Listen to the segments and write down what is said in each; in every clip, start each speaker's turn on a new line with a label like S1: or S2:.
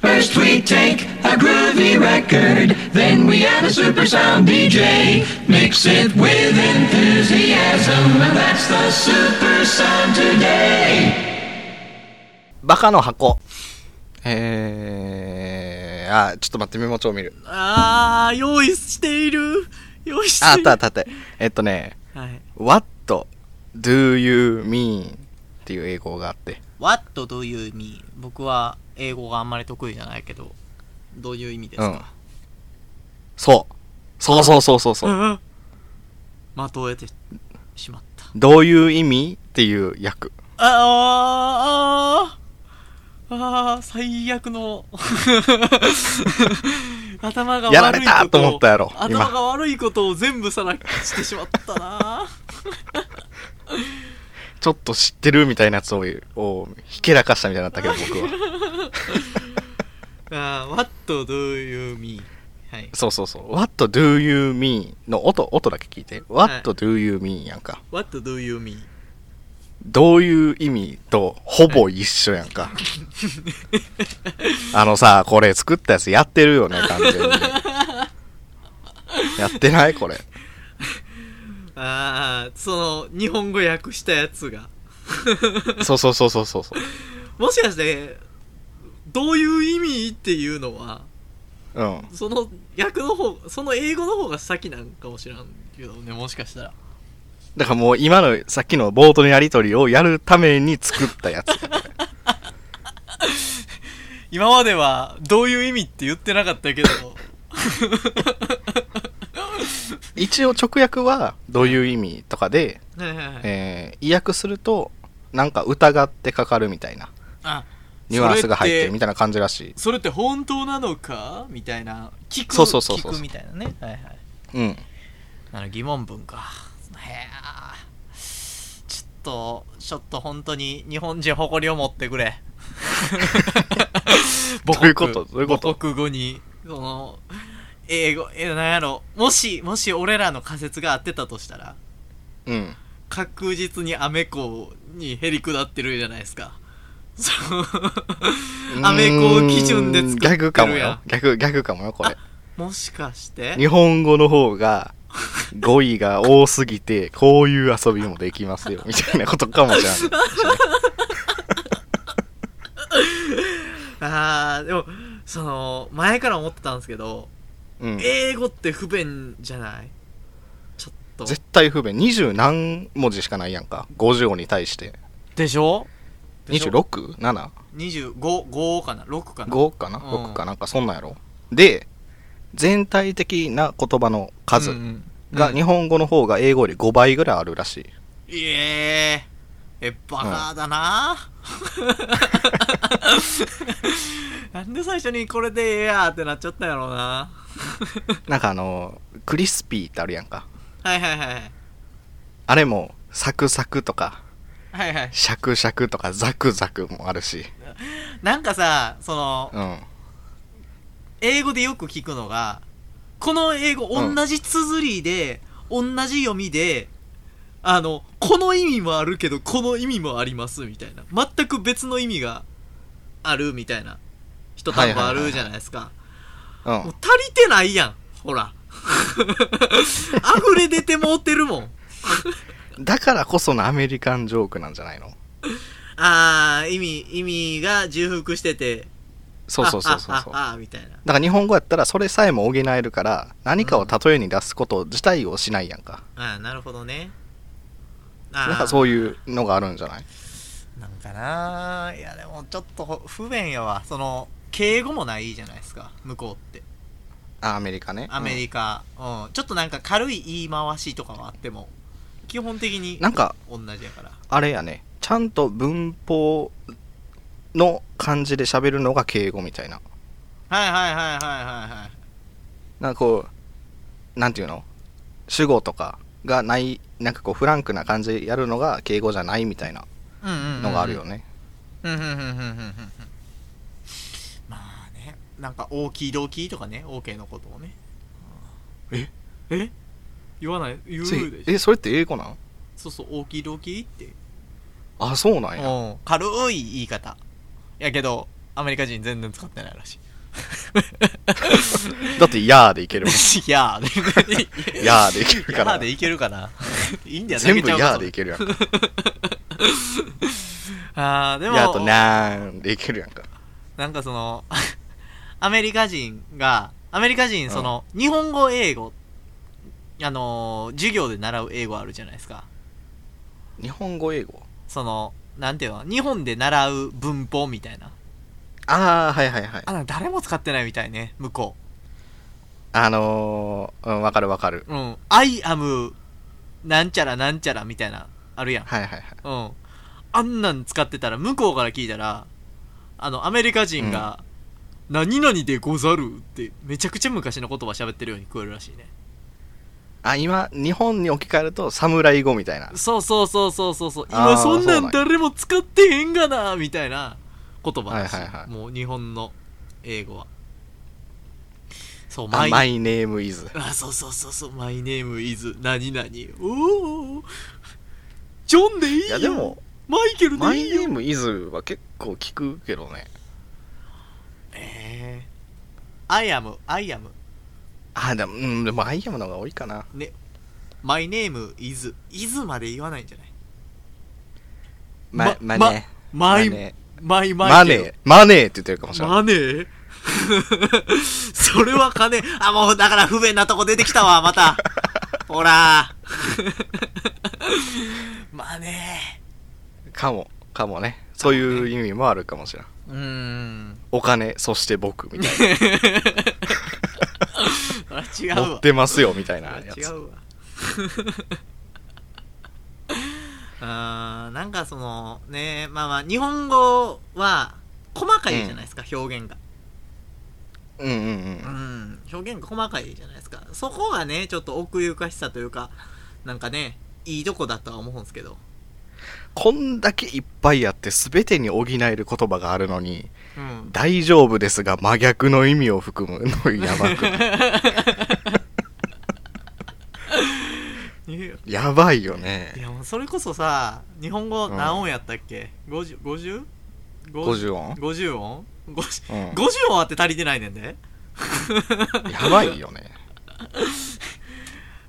S1: First we take a groovy record, then we add a super sound DJ. Mix it with enthusiasm, and that's the super sound today.
S2: バカの箱。えー、あ、ちょっと待って、メモ帳見 る。
S3: あー、用意している。用意してい
S2: あ、あっ
S3: る。
S2: たあったあった。えっとね、
S3: はい。
S2: What do you mean? っていう英語があって。
S3: What do you mean? 僕は英語があんまり得意じゃないけど、どういう意味です
S2: うん
S3: か、
S2: そう。そうそうそうそうそうう。
S3: ん、まとえてしまった。
S2: どういう意味っていう訳。
S3: あーあーあー最悪の 頭が悪いことを
S2: やられたと思ったやろ今
S3: 頭が悪いことを全部さらしてしまったな
S2: ちょっと知ってるみたいなやつを、をひけらかしたみたいになった けど、僕は。
S3: あー What do you mean? はい
S2: そうそうそう。What do you mean? の音、音だけ聞いて。What do you mean? やんか。
S3: What do you mean?
S2: どういう意味とほぼ一緒やん か。あのさ、これ作ったやつやってるよね、完全に。やってないこれ。
S3: ああその日本語訳したやつが
S2: そうそうそうそうそう。
S3: もしかしてどういう意味っていうのは
S2: うん。
S3: その訳の方その英語の方が先なんかもしれんけどねもしかしたら
S2: だからもう今のさっきの冒頭のやりとりをやるために作ったやつ。
S3: 今まではどういう意味って言ってなかったけど
S2: 一応直訳はどういう意味とかで、
S3: はいはいはい
S2: えー、意訳するとなんか疑ってかかるみたいな。
S3: あ
S2: ニュアンスが入ってるみ
S3: たい
S2: たいな感じらしい。
S3: それって本当なのかみたいな聞く
S2: そうそうそうそう
S3: 聞くみたいなねはいはい
S2: うん。
S3: あの疑問文かへえちょっとちょっと本当に日本人誇りを持ってくれ
S2: どういうことどういうこと
S3: 母国語にその英語えなんやろもしもし俺らの仮説が合ってたとしたら
S2: うん。
S3: 確実にアメコにへり下ってるじゃないですか。そう。アメコ基準で作ってるやん。
S2: 逆かもよ。逆、逆かもよ、これ。
S3: もしかして
S2: 日本語の方が、語彙が多すぎて、こういう遊びもできますよ、みたいなことかもしれない。
S3: ああ、でも、その、前から思ってたんですけど、
S2: うん。
S3: 英語って不便じゃないちょっと。
S2: 絶対不便。二十何文字しかないやんか。50音に対して。
S3: でしょ
S2: 26?7?5
S3: ?25、5かな ?6 かな
S2: かな
S3: うん
S2: ?6 かなんかそんなんやろ。で、全体的な言葉の数
S3: うんうん
S2: が
S3: うん
S2: 日本語の方が英語より5倍ぐらいあるらしい。
S3: いえー、え、バカ だな、なんで最初にこれでええやーってなっちゃったんやろうな。
S2: なんかあの、クリスピーってあるやんか。
S3: はいはいはい。
S2: あれも、サクサクとか、
S3: はいはい。
S2: シャクシャクとかザクザクもあるし。
S3: なんかさ、その
S2: う、ん。
S3: 英語でよく聞くのが、この英語
S2: うん
S3: 同じ綴りで、同じ読みで、あの、この意味もあるけど、この意味もありますみたいな。全く別の意味があるみたいな。一単語あるじゃないですか。
S2: う。
S3: もうん足りてないやん。ほら。 溢れ出てもうてるもん。
S2: だからこそのアメリカンジョークなんじゃないの
S3: あー、意味、意味が重複してて。
S2: そうそうそうそう
S3: あ
S2: そ
S3: あ
S2: う。
S3: あああ、みたいな。
S2: だから日本語やったらそれさえも補えるから、何かを例えに出すこと自体をしないやんか。
S3: あー、なるほどね。
S2: なん
S3: あ
S2: か
S3: ー、
S2: そういうのがあるんじゃない
S3: なんかなー。いや、でもちょっとほ不便やわ。その、敬語もないじゃないですか。向こうって。
S2: あアメリカね。
S3: アメリカ。うん。ちょっとなんか軽い言い回しとかはあっても、基本的
S2: う
S3: に
S2: んなんか、
S3: 同じやから。
S2: あれやね。ちゃんと文法の感じで喋るのが敬語みたいな。
S3: はいはいはいはいはいはい。
S2: なんかこう、なんていうの主語とかがない、なんかこうフランクな感じでやるのが敬語じゃないみたいな
S3: うんうんうんうん
S2: のがあるよね。
S3: うんうんうんうんうんうんうんまあねなんか大きい動機とかね OK のことをね
S2: え
S3: え言わない言う
S2: つい
S3: でしょ
S2: えそれって英語なん
S3: そうそう大きい動機って
S2: あそうなんや
S3: うん軽い言い方やけどアメリカ人全然使ってないらしい
S2: だって、やーでいけるも
S3: い や
S2: ん。
S3: ー
S2: やーでいけるか
S3: やー
S2: ら
S3: で。いけるか ないいんじゃない
S2: 全部やーでいけるやんか。
S3: あーでも
S2: やーとなーんでいけるやんか。
S3: なんかその アメリカ人がアメリカ人その、日本語英語あのー授業で習う英語あるじゃないですか
S2: 日本語、英語。
S3: そのなんていうの日本で習う文法みたいな
S2: あー、はいはいはい。
S3: あなんか誰も使ってないみたいね向こ
S2: あのー、うん、わかるわかる。
S3: ううん I am なんちゃらなんちゃらみたいなあるやん
S2: はいはいはい。
S3: うん。あんなん使ってたら、向こうから聞いたら、あの、アメリカ人が、何々でござるって、めちゃくちゃ昔の言葉喋ってるように聞こえるらしいね。
S2: あ、今、日本に置き換えると、侍語みたいな。
S3: そうそうそうそうそうそう。
S2: あ
S3: 今
S2: ー
S3: そんな
S2: そう
S3: ん
S2: なん
S3: 誰も使ってへんがな、みたいな言葉らしい。
S2: はいはいはい
S3: もう日本の英語は。そう、
S2: あ
S3: 毎
S2: マイネームイズ。
S3: あ、そうそうそうそう、マイネームイズ、何々。おおジョンでいいよ
S2: いや、でも、
S3: マイケル
S2: マ
S3: で
S2: イ
S3: いい
S2: ネー
S3: よ
S2: ムイズは結構聞くけどね。
S3: ええアイアム、アイアム。
S2: あ、でも、うん、でも、アイアムの方が多いかな。
S3: My name is is まで言わないんじゃない
S2: ま、
S3: ま
S2: まね。
S3: マイ
S2: マネ
S3: マイマ
S2: マ
S3: イ
S2: ネ
S3: ケ
S2: ー
S3: ル。
S2: マネーって言ってるかもしれない。
S3: マネー それは金あもうだから不便なとこ出てきたわまたほら マネ
S2: かも、かもね。そういう意味もあるかもしれない。
S3: ーうーん
S2: お金、そして僕みたい
S3: そら違
S2: な。
S3: う
S2: 持
S3: わ
S2: ってますよみたいなや
S3: そ
S2: つ。
S3: ら違うわ あーなんかそのねまあまあ日本語は細かいじゃないですか、表現が
S2: うんうんう。
S3: うんん、表現が細かいじゃないですか。そこがね、ちょっと奥ゆかしさというか、なんかね、いいとこだとは思うんですけど。
S2: こんだけいっぱいやって全てに補える言葉があるのに、
S3: うん。
S2: 大丈夫ですが真逆の意味を含むのやば くない。
S3: いや
S2: やばいよね
S3: い。や、もうそれこそさ、日本語何音やったっけ、?50、50?
S2: 50音
S3: 50音 50,、
S2: うん
S3: 50音あって足りてないねんで。
S2: やばいよね。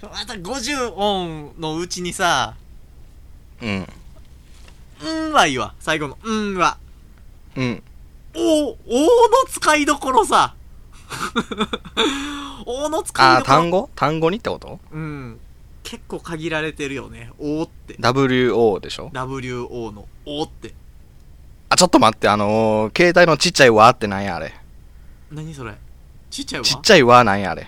S3: また50音のうちにさ、
S2: うん。
S3: うんはいいわ。最後のうんは。
S2: うん。
S3: お、おの使いどころさ。 おの使い
S2: あー、
S3: どころ
S2: 単語単語にってこと
S3: うん。結構限られてるよね。おって。
S2: ?WO でしょ
S3: WO のおって。
S2: あ、ちょっと待って、あのー携帯のちっちゃいわってなんやあれ。
S3: 何それちっちゃいわ
S2: ちっちゃいわなんやあれ。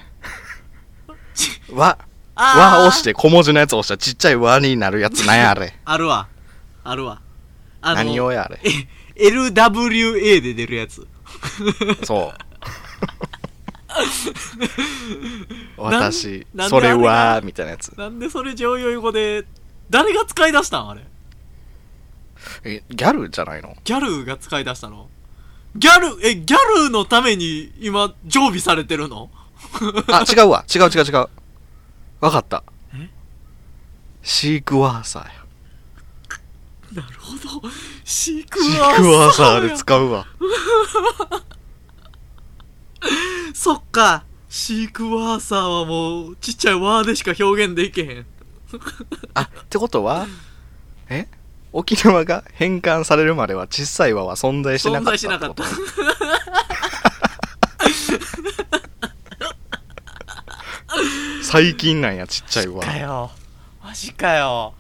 S3: ち
S2: わ、
S3: あー
S2: わ押して、小文字のやつ押したらちっちゃいわになるやつなんやあれ。
S3: あるわ。あるわ。あ
S2: 何をやあれ。
S3: え LWA で出るやつ。
S2: そう。
S3: なん
S2: 私
S3: なん、で
S2: それ
S3: あれ
S2: は
S3: が、
S2: みたいなやつ。
S3: なんでそれ常用語で、誰が使い出したんあれ。
S2: え、ギャルじゃないの
S3: ギャルが使い出したのギャル、え、ギャルのために今常備されてるの
S2: あ、違うわ。違う違う違う。わかった
S3: え。
S2: シークワーサーや。
S3: なるほど。シーク
S2: シ
S3: ワーサーや。
S2: ークワーサーで使うわ。
S3: そっか。シークワーサーはもう、ちっちゃいワーでしか表現できへん。
S2: あ、ってことは、え沖縄が返還されるまでは小さい輪は存在してな
S3: 存
S2: かった
S3: 在しなかった。
S2: 最近なんや、ちっちゃい輪。
S3: かよ。マジかよ。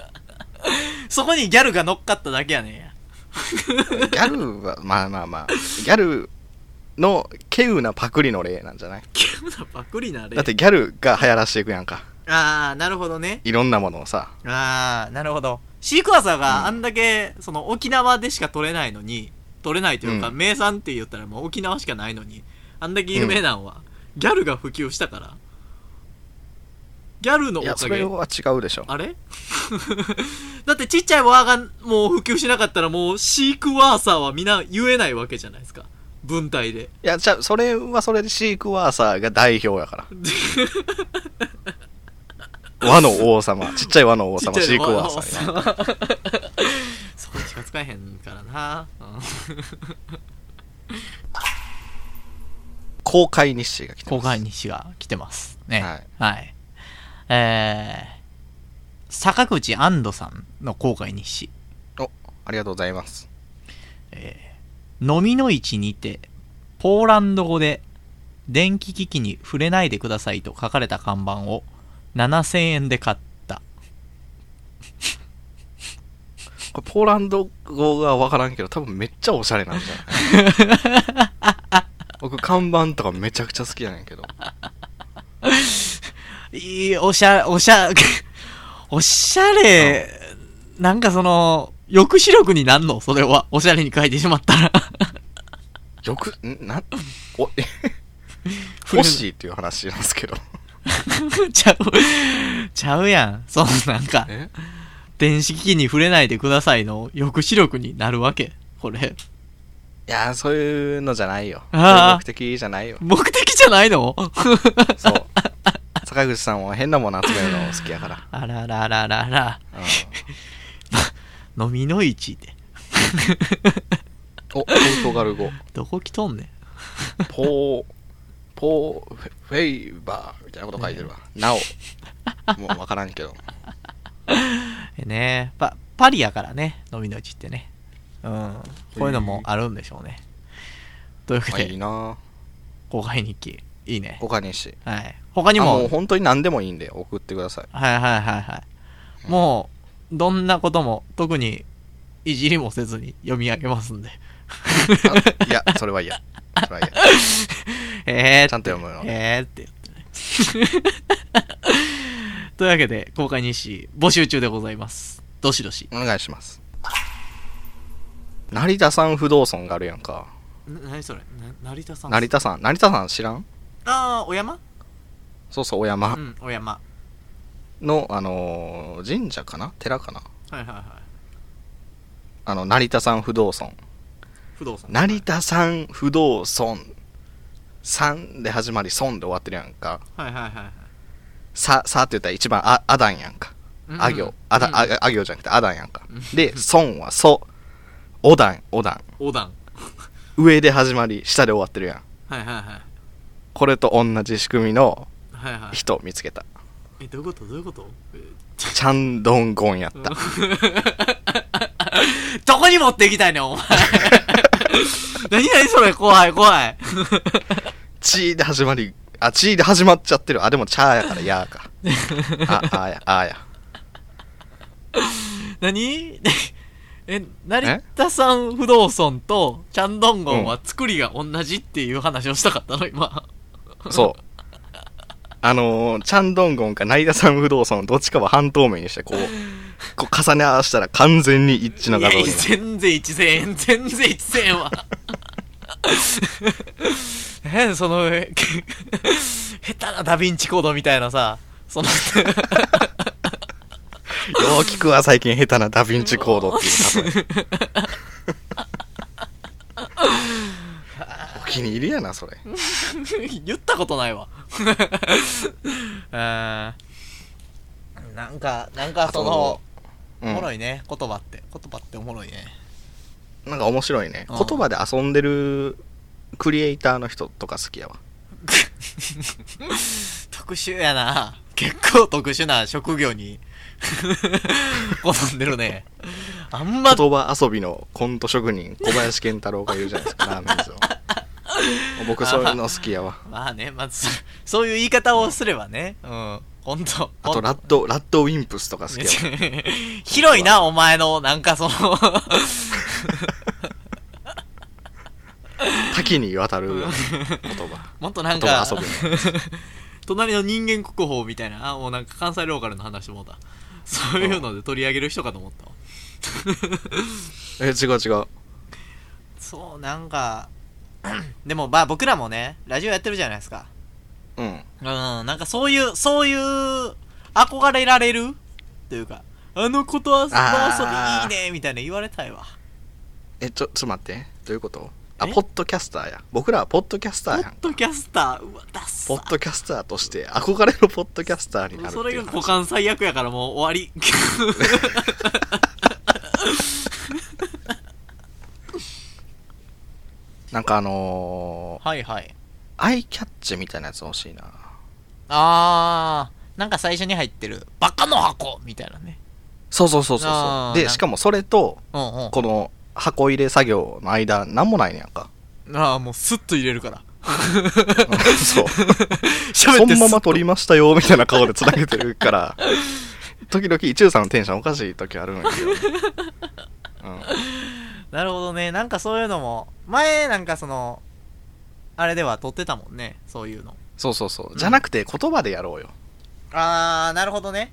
S3: そこにギャルが乗っかっただけやねんや。
S2: ギャルは、まあまあまあ、ギャルの稀有なパクリの例なんじゃない
S3: ギャルなパクリなれ。
S2: だってギャルが流行らしていくやんか。
S3: あー、なるほどね。
S2: いろんなものをさ。
S3: あー、なるほど。シークワーサーがあんだけ、その沖縄でしか取れないのに、取れないというか、
S2: うん
S3: 名産って言ったらもう沖縄しかないのに、あんだけ有名なんは、ギャルが普及したから。ギャルのお
S2: いや、そ
S3: か
S2: れ
S3: げ。
S2: は違うでしょ。
S3: あれ だってちっちゃいワーがもう普及しなかったらもうシークワーサーはみんな言えないわけじゃないですか。文体で。
S2: いや、じゃあ、それはそれでシークワーサーが代表や から。和の王様、ちっちゃい和の王様、
S3: ちっちゃ
S2: シ
S3: い
S2: ークワ
S3: ワ
S2: ーサーや。
S3: ーサー そこしか使えへんからな。うん
S2: 公開日誌が来てます
S3: 公開西が来てますね。
S2: は
S3: はいい。えー、坂口安藤さんの公開日誌。
S2: おありがとうございます
S3: 飲みの市にて、ポーランド語で、電気機器に触れないでくださいと書かれた看板を7000円で買った。
S2: これポーランド語がわからんけど多分めっちゃおしゃれなんじゃない 僕看板とかめちゃくちゃ好きやねんけど
S3: いい、おしゃ、 おしゃ、おしゃれ、なんかその、抑止力になんのそれは。おしゃれに書いてしまったら。
S2: よくんなお欲しいっていう話なんですけ ど
S3: ちゃう、ちゃうやん。そのなんか、
S2: え
S3: 電子機器に触れないでくださいの抑止力になるわけ。これ。
S2: いやーそういうのじゃないよそういう
S3: あー
S2: 目的じゃないよ
S3: 目的じゃな いの
S2: そう 坂口さんは変なもの集めるの好きやから、
S3: あららららら
S2: うん
S3: 飲みの市って。
S2: おポルトガル語
S3: どこ来とんねん。
S2: ポー、ポーフェ、フェイバーみたいなこと書いてるわ。なお。もうわからん けど。
S3: えねパ、パリやからね、飲みの市ってね。うん。こういうのもあるんでしょうね。というわ
S2: ま
S3: け
S2: あいい
S3: で、
S2: な
S3: 公開日記。いいね。
S2: 他にし。
S3: はい。他に
S2: あもう
S3: も、
S2: 本当に何でもいいんで送ってくださ い。
S3: はいはいはいはい。もう、どんなことも、特に、いじりもせずに読み上げますんで。
S2: あいや、それは嫌。それは嫌。
S3: え ー、
S2: ちゃんと読むの
S3: えーって言ってね。 というわけで、公開日誌募集中でございます。どしどし。
S2: お願いします。成田山不動尊があるやんか。
S3: な、何それな成田さん
S2: 成田山、成田山知らん
S3: ああ、お山
S2: そうそう、お
S3: う
S2: 山
S3: ん、お山。
S2: の、あのー神社かな寺かな
S3: はいはいはい。
S2: あの、成田山不動尊。
S3: 不動産。
S2: 成田山不動尊。3で始まり、尊で終わってるやんか。
S3: はいはいはいはい。
S2: さ、さって言ったら一番あ、アダンやんか。
S3: うん
S2: あ行、あだ、
S3: うん
S2: あ、あ行じゃなくてアダンやんか。で、孫はソ、おだん、おだん。
S3: 横断。
S2: 上で始まり、下で終わってるやん。
S3: はいはいはい。
S2: これと同じ仕組みの
S3: はいはい。
S2: 人を見つけた。
S3: え、どういうことどういうことえー
S2: チャンドンゴンやった。
S3: どこに持っていきたいねん、お前。 何何それ、怖い怖い。
S2: チーで始まり、あ、チーで始まっちゃってる。あ、でもチャーやからやー か。あ、あーや、あーや。
S3: 何 え、成田さん不動尊とチャンドンゴンは作りが同じっていう話をしたかったの今。
S2: そう。あのー、チャンドンゴンか成田山不動尊どっちかは半透明にして、こう、 こう重ね合わせたら完全に一致の
S3: いや
S2: 画像になる
S3: 全然1000円、全然1000 円は。ねその、 え下手なダヴィンチコードみたいなさ、その、
S2: よう聞くわ、最近下手なダヴィンチコードっていう 例え。お気に入りやな、それ。
S3: 言ったことないわ。 うんなんか、なんかその、
S2: う
S3: おもろ
S2: ん、
S3: いね、言葉って。言葉っておもろいね。
S2: なんか面白いね。
S3: うん
S2: 言葉で遊んでるクリエイターの人とか好きやわ。
S3: 特殊やな。結構特殊な職業に 好んでるね。あんま、
S2: 言葉遊びのコント職人、小林健太郎がいるじゃないですか、ラーメン ズを。僕、そういうの好きやわ。
S3: まあね、まず、そういう言い方をすればね。うん。ほんと。
S2: あと、
S3: ほん
S2: ラッド、ラッドウィンプスとか好き
S3: め
S2: や
S3: っ
S2: わ。
S3: ちゃ 広いな、お前の、なんか その
S2: 多岐にわた る言葉。
S3: もっとなん
S2: 言葉
S3: か
S2: 遊、びの。
S3: 隣の人間国宝みたいな、あもうなんか関西ローカルの話もうだ。そういうので取り上げる人かと思ったわ。
S2: え、違う違う。
S3: そう、なんか、 でもまあ僕らもね、ラジオやってるじゃないですか。
S2: うん。
S3: うん、なんかそういう、そういう、憧れられるというか、あのことは、
S2: あー
S3: 遊びいいねみたいな言われたいわ。
S2: え、ちょ、ちょっと待って。どういうことあ、
S3: え
S2: ポッドキャスターや。僕らはポッドキャスタ
S3: ポ
S2: ーや
S3: ッ
S2: ん。
S3: ドキャスター、うわ、ダッサ
S2: ポッドキャスターとして、憧れのポッドキャスターになるって
S3: それ
S2: いう
S3: が
S2: 話。
S3: 股間最悪やからもう終わり。
S2: なんかあの
S3: はいはい。
S2: ー、アイキャッチみたいなやつ欲しいな
S3: あー、なんか最初に入ってる、バカの箱みたいなね。
S2: そうそうそうそう
S3: あ
S2: そ
S3: ー
S2: う
S3: なん
S2: で
S3: か
S2: しかもそれと
S3: うんうん。
S2: この箱入れ作業の間なんもないねやんか
S3: ああ、もうスッと入れるから。
S2: そう
S3: 喋
S2: そ
S3: って
S2: のま
S3: す
S2: ま撮りましたよみたいな顔で繋げてるから 時々一応さんのテンションおかしい時あるんやけど、うん、
S3: なるほどね。なんかそういうのも、前なんかその、あれでは撮ってたもんね。そういうの。
S2: そうそうそうじゃなくて言葉でやろうよ
S3: あー、なるほどね。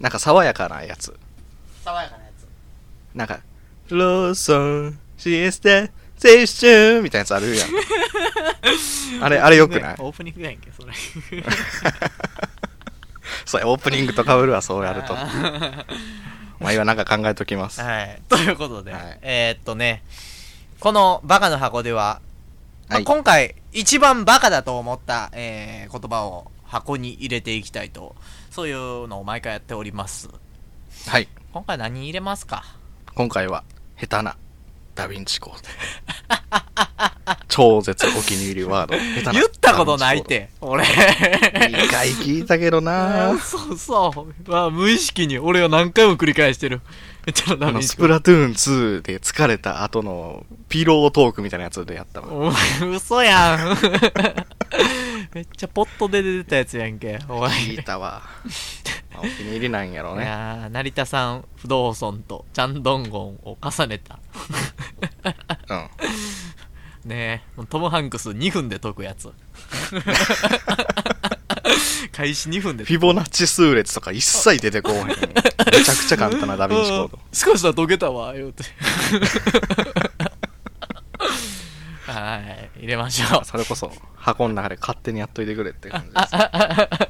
S2: なんか爽やかなやつ
S3: 爽やかなやつ。
S2: なんか「ローソンシエスタ青春」みたいなやつあるやん あれあれよくない
S3: オープニングやんけ、それ。
S2: そうやオープニングとかぶるわそうやると
S3: あー
S2: お前はなんか考えときますは
S3: はい。ということで、
S2: はい
S3: えー、っとね、このバカの箱では、まあ
S2: い
S3: 今回一番バカだと思った、えー言葉を箱に入れていきたいと、そういうのを毎回やっております。
S2: はい
S3: 今回何入れますか
S2: 今回は下手なダヴィンチコード超絶お気に入りワード下手な
S3: 言ったことないって、俺。
S2: ダヴィ ンチコード一回聞いたけどな
S3: そうそう。まあ、無意識に俺は何回も繰り返してる。めっちゃダ
S2: あ
S3: メ
S2: のスプラトゥーン2で疲れた後のピロートークみたいなやつでやったわ
S3: お前、嘘やん。めっちゃポットで出てたやつやんけ。お前。
S2: 聞いたわまあお気に入りなんやろう
S3: い
S2: ね
S3: やー成田さん不動尊とチャンドンゴンを重ねた
S2: うん
S3: ねえもうトム・ハンクス2分で解くやつ開始2分で
S2: フィボナッチ数列とか一切出てこうへんめちゃくちゃ簡単なダヴィンチコ ード
S3: うん少しは解けたわ言うてはい入れましょう
S2: それこそ箱の中で勝手にやっといてくれって感じです
S3: あ